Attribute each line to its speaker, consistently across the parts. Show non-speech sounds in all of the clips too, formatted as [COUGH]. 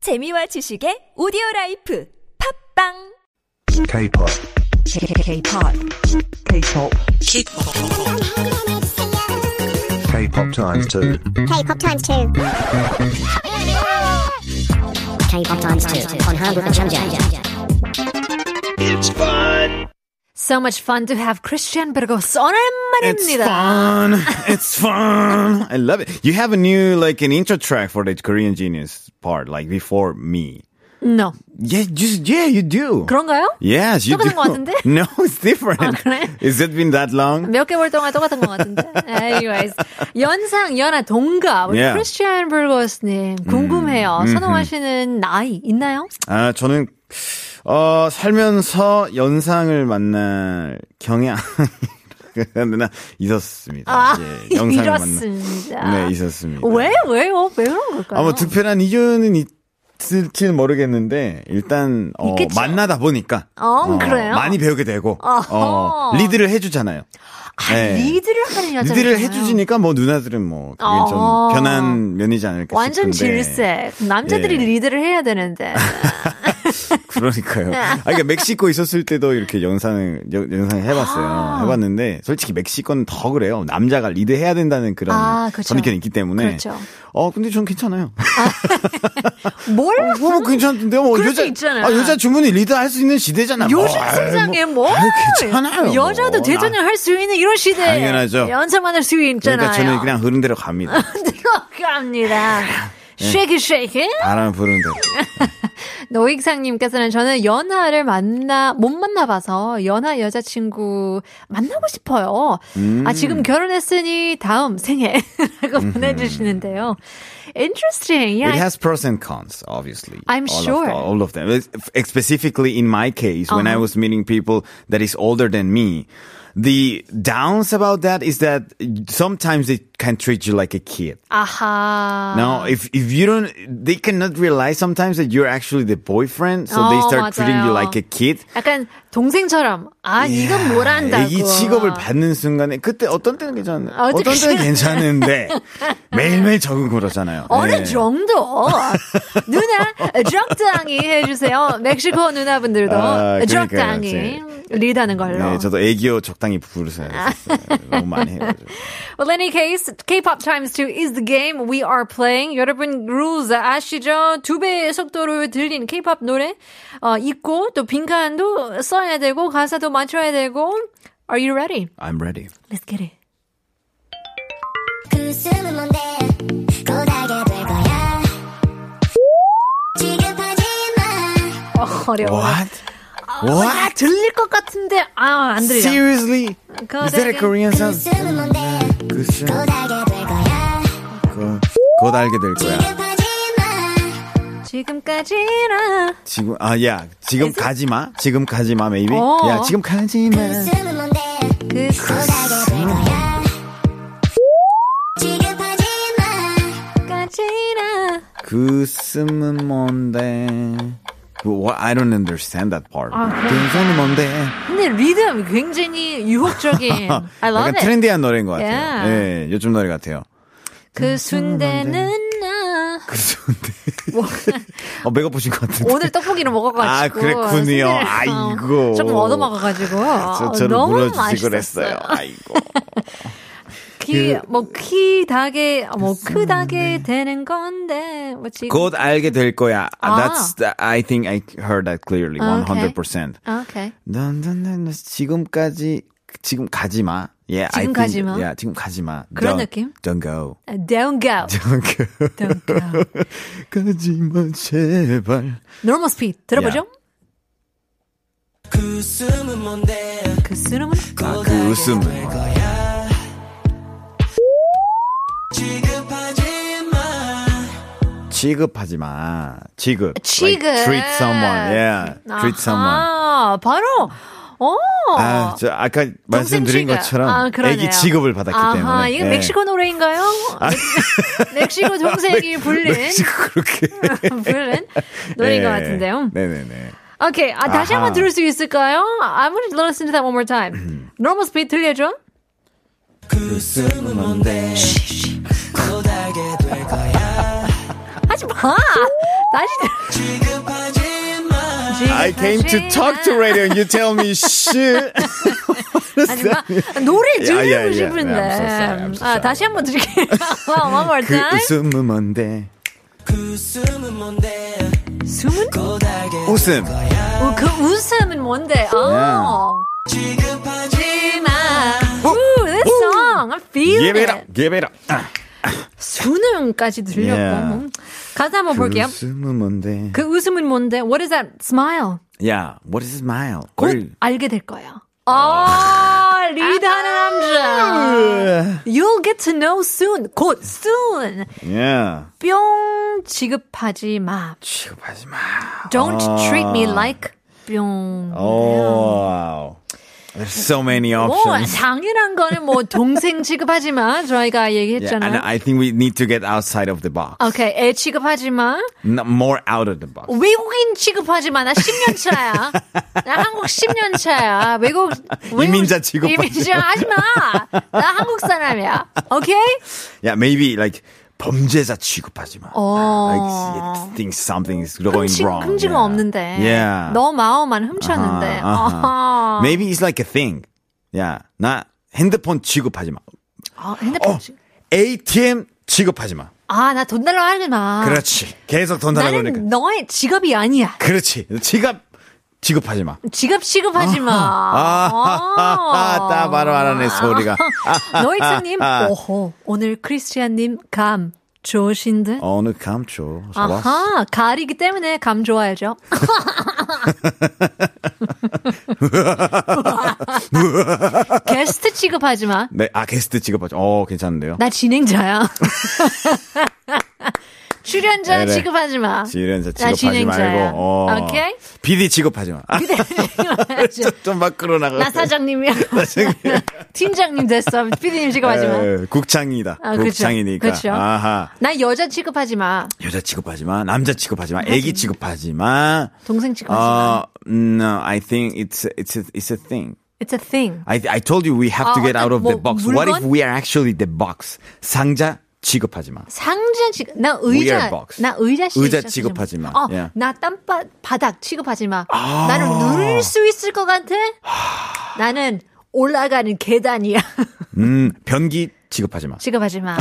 Speaker 1: 재미와 지식의 오디오 라이프 팝빵
Speaker 2: K-pop.
Speaker 3: K-pop. K-pop.
Speaker 2: K-pop times two.
Speaker 4: K-pop times two. K-pop times two on Hamburg and Jam.
Speaker 3: So much fun to have Christian Burgos on
Speaker 5: It's
Speaker 3: 오랜만입니다.
Speaker 5: [LAUGHS] fun. It's fun. I love it. You have a new like an intro track for the Korean Genius part, like before me.
Speaker 3: No.
Speaker 5: Yeah, just yeah, you do.
Speaker 3: 그런가요?
Speaker 5: Yes, you do.
Speaker 3: 똑같은 것 같은데?
Speaker 5: [LAUGHS] No, it's different.
Speaker 3: 아, 그래?
Speaker 5: Is it been that long?
Speaker 3: 몇 개월 동안 똑같은 것
Speaker 5: [LAUGHS]
Speaker 3: 같은데. Anyways. 연상, 연하, 동갑. 우리
Speaker 5: Yeah. 음,
Speaker 3: Christian Burgos님, 궁금해요. 선호하시는 나이 있나요?
Speaker 5: 아, 저는 어 살면서 연상을 만날 경향. [LAUGHS] 나 있었습니다.
Speaker 3: 아,
Speaker 5: 예, 영상을
Speaker 3: 이렇습니다.
Speaker 5: 만나. 네, 있었습니다.
Speaker 3: 왜, 왜요? 왜 그런 걸까요?
Speaker 5: 아마 특별한 이유는 있을지는 모르겠는데 일단 어,
Speaker 3: 있겠죠.
Speaker 5: 만나다 보니까
Speaker 3: 어, 그래요?
Speaker 5: 많이 배우게 되고
Speaker 3: 어허.
Speaker 5: 어, 리드를 해주잖아요.
Speaker 3: 아,
Speaker 5: 네.
Speaker 3: 리드를 하는 여자.
Speaker 5: 리드를 해주시니까 뭐 누나들은 뭐 그게
Speaker 3: 어.
Speaker 5: 좀 변한 면이지 않을까
Speaker 3: 완전
Speaker 5: 싶은데.
Speaker 3: 질색. 남자들이
Speaker 5: 예.
Speaker 3: 리드를 해야 되는데.
Speaker 5: [LAUGHS] 그러니까요.
Speaker 3: 네.
Speaker 5: 아, 그러니까 멕시코 있었을 때도 이렇게 영상을 여- 영상을 해봤어요.
Speaker 3: 아.
Speaker 5: 해봤는데 솔직히 멕시코는 더 그래요. 남자가 리드해야 된다는 그런
Speaker 3: 아, 그렇죠.
Speaker 5: 선입견이 있기 때문에.
Speaker 3: 그렇죠.
Speaker 5: 어 근데 저는 괜찮아요.
Speaker 3: 뭘?
Speaker 5: 뭐 괜찮던데 뭐
Speaker 3: 그럴 수
Speaker 5: 여자
Speaker 3: 있잖아요.
Speaker 5: 아, 여자 주문이 리드할 수 있는 시대잖아. 뭐.
Speaker 3: 요즘
Speaker 5: 아유,
Speaker 3: 세상에 뭐,
Speaker 5: 아유, 괜찮아요.
Speaker 3: 여자도
Speaker 5: 뭐.
Speaker 3: 대전을
Speaker 5: 나-
Speaker 3: 할 수 있는 이런 시대에
Speaker 5: 당연하죠.
Speaker 3: 연상만할 수 있잖아요.
Speaker 5: 그러니까
Speaker 3: [LAUGHS]
Speaker 5: 저는 그냥 흐른 대로 갑니다.
Speaker 3: 들어갑니다.
Speaker 5: 예.
Speaker 3: 쉐이크 쉐이크.
Speaker 5: 바람 부는 대로.
Speaker 3: 노익상님께서는 저는 연하를 만나 못 만나봐서 연하 여자친구 만나고 싶어요.
Speaker 5: 음.
Speaker 3: 아 지금 결혼했으니 다음 [LAUGHS] 생에라고 보내주시는데요. Interesting.
Speaker 5: It
Speaker 3: Yeah.
Speaker 5: has pros and cons, obviously.
Speaker 3: I'm
Speaker 5: all
Speaker 3: sure.
Speaker 5: Of, all of them. It's- Specifically in my case, when
Speaker 3: Uh-huh.
Speaker 5: I was meeting people that is older than me, the downs about that is that sometimes they can treat you like a kid.
Speaker 3: 아하.
Speaker 5: Now, if, if you don't, they cannot realize sometimes that you're actually the boyfriend, so they
Speaker 3: 어,
Speaker 5: start treating you
Speaker 3: Oh, 맞아요.
Speaker 5: like a kid.
Speaker 3: 약간 동생처럼 아 이건 뭘 안다고.
Speaker 5: 이 직업을 받는 순간에 그때 어떤 때는 괜찮은데
Speaker 3: 아, 어떻게
Speaker 5: 어떤 때는
Speaker 3: [LAUGHS]
Speaker 5: 괜찮은데 매일매일 적응 그러잖아요.
Speaker 3: 어느
Speaker 5: 네.
Speaker 3: 정도 [LAUGHS] 누나 적당히 해주세요. 멕시코 누나분들도
Speaker 5: 아, 그러니까요.
Speaker 3: 적당히 리드하는 걸로.
Speaker 5: 네, 저도 애기요 적당히 부르세요.
Speaker 3: 아.
Speaker 5: 너무 많이 해가지고.
Speaker 3: Well, in any case, K-pop times two is the game we are playing. 여러분 rules 아시죠? 두 배의 속도로 들린 K-pop 노래 어, 있고 또 빈칸도 써야 되고 가사도 맞춰야 되고. Are you ready?
Speaker 5: I'm ready.
Speaker 3: Let's get it.
Speaker 6: 그 숨은 뭔데 고달게 될 거야 지급하지마
Speaker 3: 어, 어려워.
Speaker 5: What?
Speaker 3: 아,
Speaker 5: What?
Speaker 3: 들릴 것 같은데 아 안 들려.
Speaker 5: Seriously?
Speaker 3: 그거
Speaker 5: Is that a
Speaker 3: 되게-
Speaker 5: Korean
Speaker 6: 그
Speaker 5: song?
Speaker 6: 숨은 뭔데
Speaker 5: 글쎄,
Speaker 6: 고달게 될 거야
Speaker 5: 곧, 곧 알게 될 거야.
Speaker 6: 지급하지마
Speaker 3: 지금까지나
Speaker 5: 지금, 아, 야, 지금 가지 마. 지금 가지 마, maybe.
Speaker 3: 어.
Speaker 5: 야, 지금 가지 마.
Speaker 6: 그 숨은 뭔데
Speaker 3: 그
Speaker 6: 고달게 될 거야 지급하지마
Speaker 3: 까지나
Speaker 5: 그 숨은 뭔데? What? I don't understand that part.
Speaker 3: 아,
Speaker 5: 그 숨은 뭔데?
Speaker 3: 근데 리듬 굉장히 유혹적인 예, I love
Speaker 5: [LAUGHS] 약간
Speaker 3: it
Speaker 5: 트렌디한 노래인 것 같아요.
Speaker 3: Yeah.
Speaker 5: 예, 요즘 노래 같아요.
Speaker 3: 그 순대는 나
Speaker 5: 그 순대. 어, 배고프신 것 같은데.
Speaker 3: 오늘 떡볶이를 먹어가지고
Speaker 5: 아, 그랬군요.
Speaker 3: 순대를
Speaker 5: 아이고.
Speaker 3: 조금 얻어먹어가지고
Speaker 5: [LAUGHS] 저, 저를
Speaker 3: 아, 너무
Speaker 5: 불러주시고
Speaker 3: 맛있었어요
Speaker 5: 그랬어요. 그 아이고.
Speaker 3: 키뭐키 닭에 뭐 크다게 되는 건데 뭐 지금
Speaker 5: 네. 곧 알게 될 거야.
Speaker 3: 아.
Speaker 5: That's the, I think I heard that clearly.
Speaker 3: 아,
Speaker 5: 100%.
Speaker 3: 아, 오케이
Speaker 5: 난, 난, 난, 난 지금까지 지금 가지 마. 예, Yeah,
Speaker 3: 지금 가지 마?
Speaker 5: 야, 지금 가지 마.
Speaker 3: 그런
Speaker 5: Don't-
Speaker 3: 느낌?
Speaker 5: Don't go. [LAUGHS]
Speaker 3: 아, Don't go
Speaker 5: Don't go.
Speaker 3: Don't go
Speaker 5: 가지 마 제발.
Speaker 3: Normal speed 들어보죠
Speaker 7: 그 숨은 뭔데
Speaker 3: 그 수름은
Speaker 5: 아,
Speaker 3: 네.
Speaker 5: 그 웃음.
Speaker 7: 지급하지마
Speaker 5: 취급하지 마. 취급.
Speaker 3: 취급.
Speaker 5: Like, treat someone. Yeah. Treat someone.
Speaker 3: 아 바로 어
Speaker 5: 아, 저 아까
Speaker 3: 동생
Speaker 5: 말씀드린
Speaker 3: 취급.
Speaker 5: 것처럼
Speaker 3: 아, 그러네요.
Speaker 5: 애기 취급을 받았기
Speaker 3: 아하,
Speaker 5: 때문에.
Speaker 3: 이거
Speaker 5: 예. 아,
Speaker 3: 멕시코 노래인가요?
Speaker 5: [LAUGHS]
Speaker 3: 멕시코 동생이 불린
Speaker 5: 멕시코
Speaker 3: [LAUGHS]
Speaker 5: 그렇게
Speaker 3: 불린 노래인
Speaker 5: 예.
Speaker 3: 것 같은데요.
Speaker 5: 네네네.
Speaker 3: 오케이, 아, 다시
Speaker 5: 아하.
Speaker 3: 한번 들을 수 있을까요? I'm gonna listen to that one more
Speaker 5: [CLEARS THROAT]
Speaker 3: time. Normal speed 들려줘.
Speaker 7: 그 숨은 뭔데 고달게 될 거야
Speaker 3: 하지 마. 다시
Speaker 7: 취급하지 마
Speaker 5: [LAUGHS] I came to talk to radio and you tell me shit.
Speaker 3: 아, [LAUGHS] 하지만
Speaker 5: [LAUGHS]
Speaker 3: 노래 들리고
Speaker 5: Yeah, yeah, yeah.
Speaker 3: 싶은데
Speaker 5: I'm so sorry, I'm so
Speaker 3: 아
Speaker 5: sorry.
Speaker 3: 다시 한번 드릴게요 [LAUGHS] one more
Speaker 5: 그
Speaker 3: time
Speaker 5: 웃음은 뭔데?
Speaker 7: 그 웃음은 뭔데
Speaker 3: 숨은
Speaker 7: 고달게
Speaker 5: 웃음.
Speaker 3: 어, 그 웃음은 뭔데 어
Speaker 7: 취급하지 마
Speaker 5: 어?
Speaker 3: Ooh, this song I'm feeling
Speaker 5: Give
Speaker 3: it
Speaker 5: it up. Give it up. 아,
Speaker 3: 수능까지 들렸고
Speaker 5: Yeah.
Speaker 3: 가사 한번
Speaker 5: 그
Speaker 3: 볼게요
Speaker 5: 웃음은 뭔데?
Speaker 3: 그 웃음은 뭔데 what is that smile
Speaker 5: Yeah. What is smile?
Speaker 3: 곧
Speaker 5: 뭘-
Speaker 3: 알게 될 거예요 아 리드하는 남자 You'll get to know soon 곧 soon
Speaker 5: Yeah.
Speaker 3: 뿅 지급하지 마
Speaker 5: 취급하지 마.
Speaker 3: Don't
Speaker 5: 아.
Speaker 3: treat me like 뿅.
Speaker 5: Oh, wow. There's so many
Speaker 3: 뭐
Speaker 5: options.
Speaker 3: 당연한 거는 뭐 동생 취급하지 마. 저희가
Speaker 5: Yeah,
Speaker 3: 얘기했잖아요.
Speaker 5: and I think we need to get outside of the box.
Speaker 3: 오케이, 애 취급하지 마.
Speaker 5: Not more out of the box.
Speaker 3: 음. 외국인 취급하지 마. 나 10년 차야. 나 한국 10년 차야. 외국 외국-
Speaker 5: 이민자 취급하지 마.
Speaker 3: 이민자 하지 마. 나 한국 사람이야. 오케이?
Speaker 5: Yeah, maybe like 범죄자 취급하지 마.
Speaker 3: 어.
Speaker 5: Like you think something is going
Speaker 3: 흠지,
Speaker 5: wrong.
Speaker 3: 흠지가
Speaker 5: Yeah.
Speaker 3: 없는데.
Speaker 5: Yeah.
Speaker 3: 너 마음만 훔쳤는데.
Speaker 5: 아, 아하.
Speaker 3: 어허.
Speaker 5: Maybe it's like a thing. Yeah. 나 핸드폰 취급하지 마.
Speaker 3: 아, 핸드폰.
Speaker 5: 어.
Speaker 3: 취급.
Speaker 5: ATM 취급하지 마.
Speaker 3: 아, 나 돈 달라고 하지 마.
Speaker 5: 그렇지. 계속 돈 달라고
Speaker 3: 아. 나는
Speaker 5: 그러니까.
Speaker 3: 너의 직업이 아니야.
Speaker 5: 그렇지. 지갑 취급하지 마.
Speaker 3: 지갑 취급하지 마. 어.
Speaker 5: 아, 딱 바로 알아내
Speaker 3: [LAUGHS]
Speaker 5: 소리가. [LAUGHS]
Speaker 3: 노익사님, 오호, 오늘 크리스티안님 감 좋으신 듯?
Speaker 5: 어느 감초. 좋았어.
Speaker 3: 아하, 가을이기 때문에 감
Speaker 5: [LAUGHS]
Speaker 3: 좋아야죠. 게스트 취급하지 마.
Speaker 5: 네, 아 게스트 취급하죠. 어, 괜찮은데요.
Speaker 3: 나
Speaker 5: [LAUGHS]
Speaker 3: 진행자야. 출연자
Speaker 5: 네네.
Speaker 3: 취급하지 마.
Speaker 5: 지련자
Speaker 3: 나
Speaker 5: 취급하지
Speaker 3: 진행자야.
Speaker 5: 말고. 어.
Speaker 3: 오케이?
Speaker 5: 비디 취급하지 마. 아, [LAUGHS] 좀 밖으로 나가.
Speaker 3: 나 사장님이야.
Speaker 5: [LAUGHS]
Speaker 3: [LAUGHS] 팀장님 됐어.
Speaker 5: 네.
Speaker 3: 피디님 취급하지 마.
Speaker 5: 에, 국장이다.
Speaker 3: 아, 그렇죠.
Speaker 5: 국장이니까.
Speaker 3: 그렇죠.
Speaker 5: 아하.
Speaker 3: 나 여자 취급하지 마.
Speaker 5: 여자 취급하지 마. 남자 취급하지 마. 애기 취급하지 마.
Speaker 3: 동생 취급하지 마.
Speaker 5: 어, no, I think it's it's a, it's a thing.
Speaker 3: It's a thing.
Speaker 5: I I told you we have to
Speaker 3: 아,
Speaker 5: get
Speaker 3: 어떤
Speaker 5: out of the
Speaker 3: 뭐
Speaker 5: box. What if
Speaker 3: 물건?
Speaker 5: we are actually the box? 상자 취급하지 마.
Speaker 3: 상자 취급. 나
Speaker 5: Weird
Speaker 3: 의자.
Speaker 5: box.
Speaker 3: 나 의자 취급.
Speaker 5: 의자 취급하지 마. 예. 아.
Speaker 3: 어,
Speaker 5: Yeah.
Speaker 3: 나 땀바 바닥 취급하지 마. 나를 누를 수 있을 것 같아? 나는 올라가는 계단이야. [LAUGHS]
Speaker 5: 음, 변기 취급하지 마.
Speaker 3: 취급하지 마.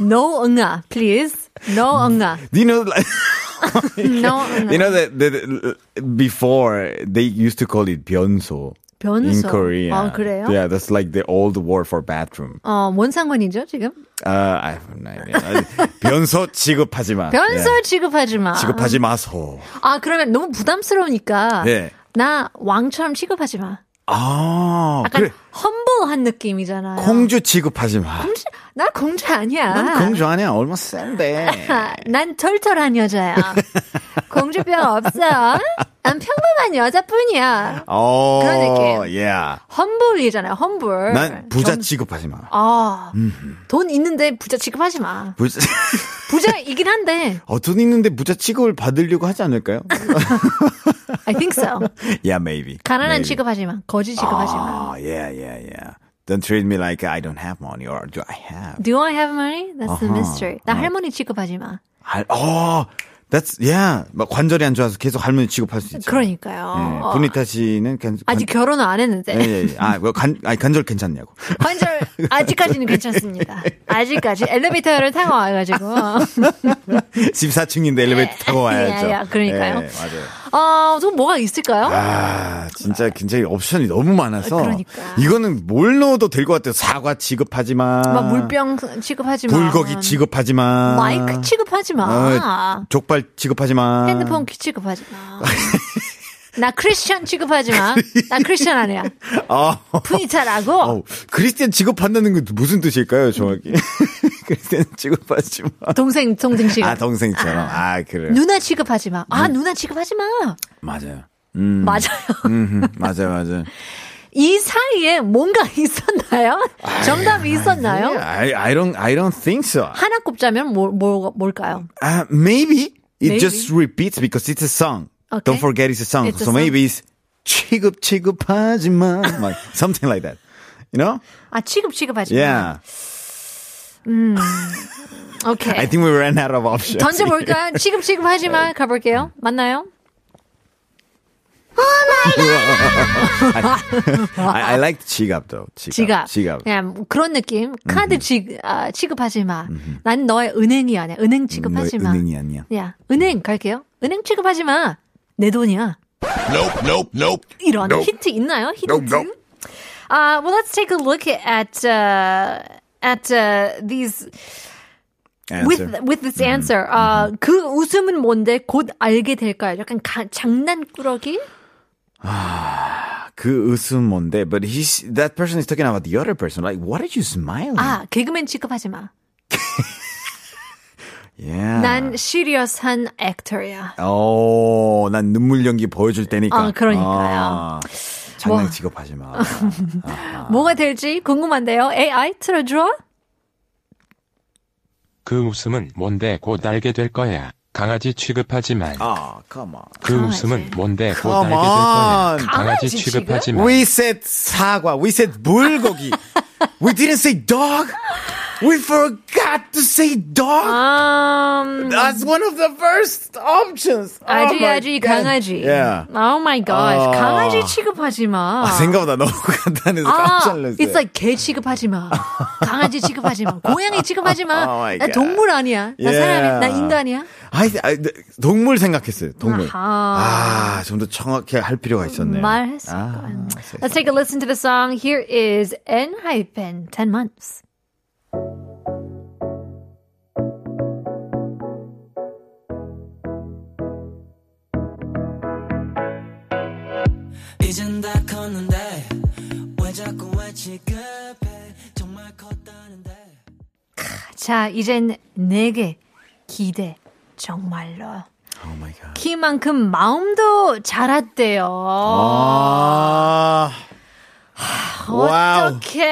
Speaker 3: No 응아, please. No 응아.
Speaker 5: Do you know like, [LAUGHS]
Speaker 3: No 응아.
Speaker 5: you know that, that uh, before they used to call it 변소. In
Speaker 3: 변소.
Speaker 5: Korea.
Speaker 3: 아, 그래요?
Speaker 5: Yeah, that's like the old word for bathroom.
Speaker 3: 어, 뭔 상관이죠, 지금?
Speaker 5: Uh, I have no idea. 변소 취급하지 마.
Speaker 3: 변소
Speaker 5: Yeah.
Speaker 3: 취급하지 마.
Speaker 5: 예. 취급하지 마소.
Speaker 3: 아, 그러면 너무 부담스러우니까.
Speaker 5: 네.
Speaker 3: 나 왕처럼 취급하지 마.
Speaker 5: 아,
Speaker 3: 약간
Speaker 5: 그래.
Speaker 3: 험블한 느낌이잖아요.
Speaker 5: 공주 취급하지 마.
Speaker 3: 공주- 난 공주 아니야.
Speaker 5: 난 공주 아니야. 얼마 센데.
Speaker 3: [LAUGHS] 아, 난 털털한 여자야. 공주병 없어. 난 평범한 여자뿐이야.
Speaker 5: 어,
Speaker 3: 그런 느낌.
Speaker 5: Yeah.
Speaker 3: 험블이잖아요. 험블.
Speaker 5: 난 부자
Speaker 3: 점-
Speaker 5: 취급하지 마.
Speaker 3: 아, 돈 있는데 부자 취급하지 마.
Speaker 5: 부자, [LAUGHS]
Speaker 3: 부자이긴 한데,
Speaker 5: 어, 돈 있는데 부자 취급을 받으려고 하지 않을까요? [LAUGHS]
Speaker 3: I think so.
Speaker 5: yeah, maybe.
Speaker 3: 가난한
Speaker 5: maybe.
Speaker 3: 취급하지 마. 거지 취급하지 마.
Speaker 5: Oh, yeah, yeah, yeah. Don't treat me like I don't have money or do I have?
Speaker 3: Do I have money? That's the
Speaker 5: 아하.
Speaker 3: mystery. 나 할머니 취급하지 마.
Speaker 5: 할, 어, that's, yeah. 막 관절이 안 좋아서 계속 할머니 취급할 수 있죠.
Speaker 3: 그러니까요.
Speaker 5: 예,
Speaker 3: 어,
Speaker 5: 보니타 씨는 관,
Speaker 3: 아직 결혼은 안 했는데.
Speaker 5: 관, 예, 예, 예. 아, 뭐 관, 아니, 관절 괜찮냐고.
Speaker 3: [LAUGHS]
Speaker 5: [LAUGHS]
Speaker 3: 관절 아직까지는 괜찮습니다. 아직까지 엘리베이터를 타고
Speaker 5: [LAUGHS]
Speaker 3: 와가지고
Speaker 5: 14층인데 엘리베이터 타고 와야죠.
Speaker 3: 예, 예, 그러니까요.
Speaker 5: 예, 맞아요.
Speaker 3: 아또 어, 뭐가 있을까요?
Speaker 5: 아, 진짜 굉장히 옵션이 너무 많아서.
Speaker 3: 그러니까.
Speaker 5: 이거는 뭘 넣어도 될 것 같아요. 사과 취급하지 마.
Speaker 3: 막 물병 취급하지 마.
Speaker 5: 아. 불고기 취급하지 아. 마.
Speaker 3: 마이크 취급하지 마.
Speaker 5: 어, 족발 취급하지 마.
Speaker 3: 핸드폰 귀 취급하지 마. 나 크리스천 취급하지 마. 나 크리스천 아니야.
Speaker 5: 어,
Speaker 3: 푸니타라고
Speaker 5: 어, 크리스티안 취급한다는 건 무슨 뜻일까요, 정확히? [LAUGHS] 크리스티안 취급하지 마.
Speaker 3: 동생 동생 취급.
Speaker 5: 아, 동생처럼. 음. 아, 그래요.
Speaker 3: 누나 취급하지 마. 아 누나 취급하지 마.
Speaker 5: 맞아요.
Speaker 3: 맞아요.
Speaker 5: 음, 맞아요, 맞아요.
Speaker 3: 이 사이에 뭔가 [LAUGHS] 있었나요? 정답이 있었나요?
Speaker 5: I, I don't, I don't think so.
Speaker 3: 하나 꼽자면 뭐, 뭐, 뭘까요?
Speaker 5: Uh, maybe it
Speaker 3: Maybe.
Speaker 5: just repeats because it's a song.
Speaker 3: Okay.
Speaker 5: Don't forget it's a song.
Speaker 3: It's a
Speaker 5: so
Speaker 3: song.
Speaker 5: maybe it's 취급 취급하지 마. like something like that. You know?
Speaker 3: 아 취급 취급하지 마.
Speaker 5: Yeah.
Speaker 3: Okay.
Speaker 5: I think we ran out of options.
Speaker 3: 던져볼까요?
Speaker 5: [LAUGHS]
Speaker 3: 시급시급하지만 가볼게요. 맞나요?
Speaker 5: I, I like 지갑 though.
Speaker 3: 지갑.
Speaker 5: 지갑. 지갑.
Speaker 3: 그냥 그런 느낌. 카드 지, 아, 취급하지 마. 난 너의 은행이 아니야. 은행 취급하지
Speaker 5: 너의
Speaker 3: 마.
Speaker 5: 은행이 아니야.
Speaker 3: 야, 은행 갈게요. 은행 취급하지 마. 내 돈이야. 이런 힌트 있나요? 힌트? Uh, well, let's take a look at uh, at uh, these
Speaker 5: Answer. Mm-hmm.
Speaker 3: with with this answer. Uh, 그 웃음은 뭔데 곧 알게 될까요? 약간 가, 장난꾸러기?
Speaker 5: 그 웃음 뭔데? But he's that person is talking about the other person. Like, what are you smiling?
Speaker 3: 아, 개그맨 취급하지 마.
Speaker 5: yeah.
Speaker 3: 난 시리어스한 액터야.
Speaker 5: 어, 난 눈물 연기 보여줄 테니까.
Speaker 3: 아, 그러니까요. 뭐.
Speaker 5: 아, 장난 지급하지 마.
Speaker 3: 뭐가 될지 궁금한데요. AI 틀어줘.
Speaker 8: 그 웃음은 뭔데 곧 알게 될 거야. 강아지 취급하지 말.
Speaker 5: 아, come on.
Speaker 8: 그 웃음은 뭔데 곧 알게 될
Speaker 5: Come
Speaker 8: 거야. 강아지
Speaker 5: on.
Speaker 3: 강아지
Speaker 8: 취급하지 말.
Speaker 5: We said 사과. We said 물고기. we didn't say dog. We forgot to say dog.
Speaker 3: Um,
Speaker 5: That's one of the first options. Oh
Speaker 3: 아지
Speaker 5: my
Speaker 3: 아지
Speaker 5: God.
Speaker 3: 강아지.
Speaker 5: Yeah.
Speaker 3: Oh my gosh.
Speaker 5: 아.
Speaker 3: 강아지 취급하지 마. 아,
Speaker 5: 아, 생각보다 너무 [LAUGHS] 간단해서 깜짝 놀랐어요.
Speaker 3: it's like 개 취급하지 마. 강아지 취급하지 마. 고양이 취급하지 마.
Speaker 5: [LAUGHS] Oh my
Speaker 3: 나
Speaker 5: God.
Speaker 3: 동물 아니야. 나
Speaker 5: Yeah.
Speaker 3: 사람이야. 나 인간이야.
Speaker 5: 아이, 아이, 네, 동물 생각했어요. 동물.
Speaker 3: 아하.
Speaker 5: 아, 좀 더 정확히 할 필요가 있었네요.
Speaker 3: 말했을
Speaker 5: 아,
Speaker 3: 거야.
Speaker 5: 세-
Speaker 3: Let's take a listen to the song. Here is N-Hyphen 10 months.
Speaker 7: 이젠 다 컸는데 왜 자꾸 왜 취급해 정말 컸다는데
Speaker 3: 자, 이젠 내게 기대 정말로.
Speaker 5: Oh my god.
Speaker 3: 키만큼 마음도 자랐대요.
Speaker 5: 아. 와우.
Speaker 3: 어떡해.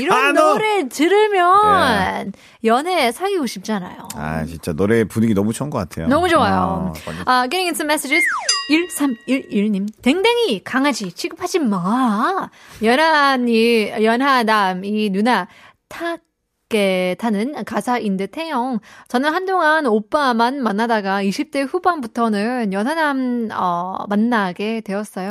Speaker 3: 이런
Speaker 5: 어떡하노? 예.
Speaker 3: 노래 들으면 연애 사귀고 싶잖아요.
Speaker 5: 아, 진짜 노래 분위기 너무 좋은 것 같아요.
Speaker 3: 너무 좋아요.
Speaker 5: 아, 완전-
Speaker 3: 아, getting in some messages. 1311님. 댕댕이, 강아지, 취급하지 마. 연하니, 연하남, 이 누나, 탁. 게 타는 가사인 듯해요. 저는 한동안 오빠만 만나다가 20대 후반부터는 연하남 어, 만나게 되었어요.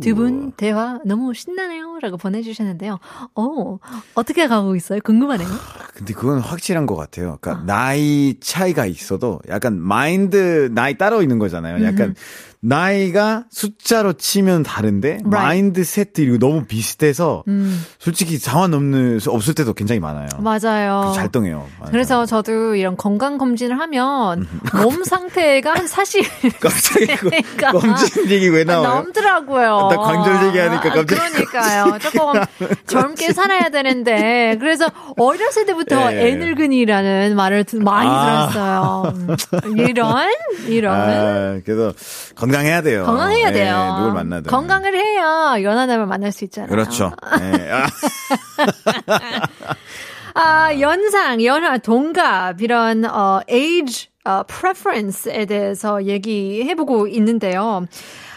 Speaker 3: 두 분 대화 너무 신나네요라고 보내주셨는데요. 어 어떻게 가고 있어요? 궁금하네요.
Speaker 5: 근데 그건 확실한 것 같아요. 그러니까 나이 차이가 있어도 약간 마인드 나이 따로 있는 거잖아요. 약간
Speaker 3: 음.
Speaker 5: 나이가 숫자로 치면 다른데 마인드 세트 이거 너무 비슷해서
Speaker 3: 음.
Speaker 5: 솔직히 상관없는 없을 때도 굉장히 많아요.
Speaker 3: 맞아요.
Speaker 5: 그 잘 동해요.
Speaker 3: 그래서 저도 이런 건강 검진을 하면 [LAUGHS] 몸 상태가 한 사실
Speaker 5: [LAUGHS] 갑자기 [LAUGHS] 그
Speaker 3: 그러니까.
Speaker 5: 검진 얘기 왜 나와요?
Speaker 3: 넘더라고요.
Speaker 5: 나 관절 얘기하니까
Speaker 3: 아,
Speaker 5: 갑자기
Speaker 3: 그러니까요.
Speaker 5: [LAUGHS]
Speaker 3: 조금 젊게 살아야 되는데 그래서 어렸을 때부터
Speaker 5: 예, 예.
Speaker 3: 애늙은이라는 말을 드- 많이
Speaker 5: 아.
Speaker 3: 들었어요. 음, 이런 이런.
Speaker 5: 아, 그래서 건강해야 돼요.
Speaker 3: 건강해야
Speaker 5: 예,
Speaker 3: 돼요.
Speaker 5: 누굴 만나든
Speaker 3: 건강을 해야 연하남을 만날 수 있잖아요.
Speaker 5: 그렇죠. 예. 아,
Speaker 3: 아, 연상, 연하, 동갑 이런 어 age 어, preference에 대해서 얘기해 보고 있는데요.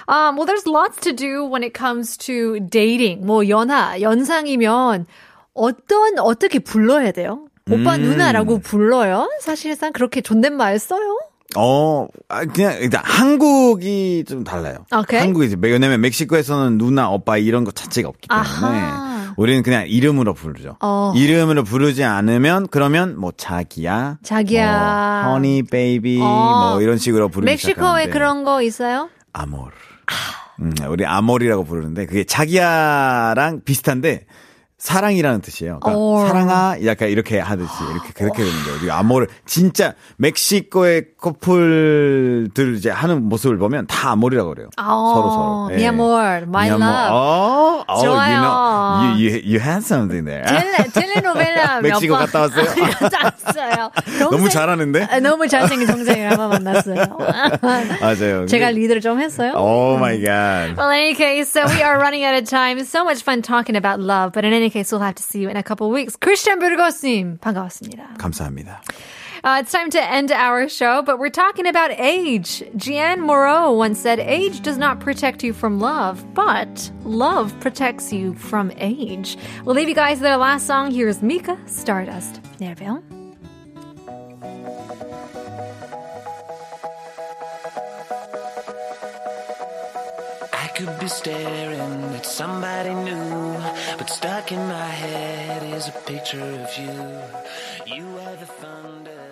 Speaker 3: Um, well, there's lots to do when it comes to dating. 뭐 연하, 연상이면 어떤 어떻게 불러야 돼요?
Speaker 5: 음.
Speaker 3: 오빠 누나라고 불러요? 사실상 그렇게 존댓말 써요?
Speaker 5: 어, 아, 그냥 일단 한국이 좀 달라요.
Speaker 3: 오케이.
Speaker 5: 한국이 이제 왜냐면 멕시코에서는 누나, 오빠 이런 거 자체가 없기 때문에
Speaker 3: 아하.
Speaker 5: 우리는 그냥 이름으로 부르죠.
Speaker 3: 어.
Speaker 5: 이름으로 부르지 않으면 그러면 뭐 자기야,
Speaker 3: 자기야.
Speaker 5: 뭐 허니 베이비
Speaker 3: 어.
Speaker 5: 뭐 이런 식으로 부르기
Speaker 3: 멕시코에
Speaker 5: 시작하는데.
Speaker 3: 그런 거 있어요?
Speaker 5: 아몰. 음, 우리 아몰이라고 부르는데 그게 자기야랑 비슷한데 사랑이라는 뜻이에요. 그러니까
Speaker 3: 어.
Speaker 5: 사랑아 약간 이렇게 하듯이 이렇게 그렇게 되는 거예요. 우리 아몰을 진짜 멕시코의 커플들 이제 하는 모습을 보면 다 아몰이라고 그래요.
Speaker 3: 아,
Speaker 5: 서로 서로.
Speaker 3: mi amor, my
Speaker 5: Mi amor.
Speaker 3: love.
Speaker 5: 어, 어,
Speaker 3: 좋아요.
Speaker 5: You, know, you, you, you had something there.
Speaker 3: 텔레, 텔레노벨라 몇
Speaker 5: 아. [LAUGHS] 멕시코
Speaker 3: 번
Speaker 5: 갔다 왔어요?
Speaker 3: [LAUGHS] 갔다 왔어요.
Speaker 5: 너무 잘하는데?
Speaker 3: 아, 너무 잘생긴 동생이랑 한번 만났어요.
Speaker 5: [LAUGHS] 맞아요. Oh
Speaker 3: 제가 리드를 좀 했어요.
Speaker 5: 오 마이 갓.
Speaker 3: Well, in any case, so we are running out of time. So much fun talking about love, but in any case, we'll have to see you in a couple weeks. Christian Burgos님, 반가웠습니다.
Speaker 5: 감사합니다.
Speaker 3: Uh, it's time to end our show, but we're talking about age. Jeanne Moreau once said, Age does not protect you from love, but love protects you from age. We'll leave you guys with our last song. Here's Mika Stardust. 네, 봬요.
Speaker 7: could be staring at somebody new, but stuck in my head is a picture of you. You are the thunder.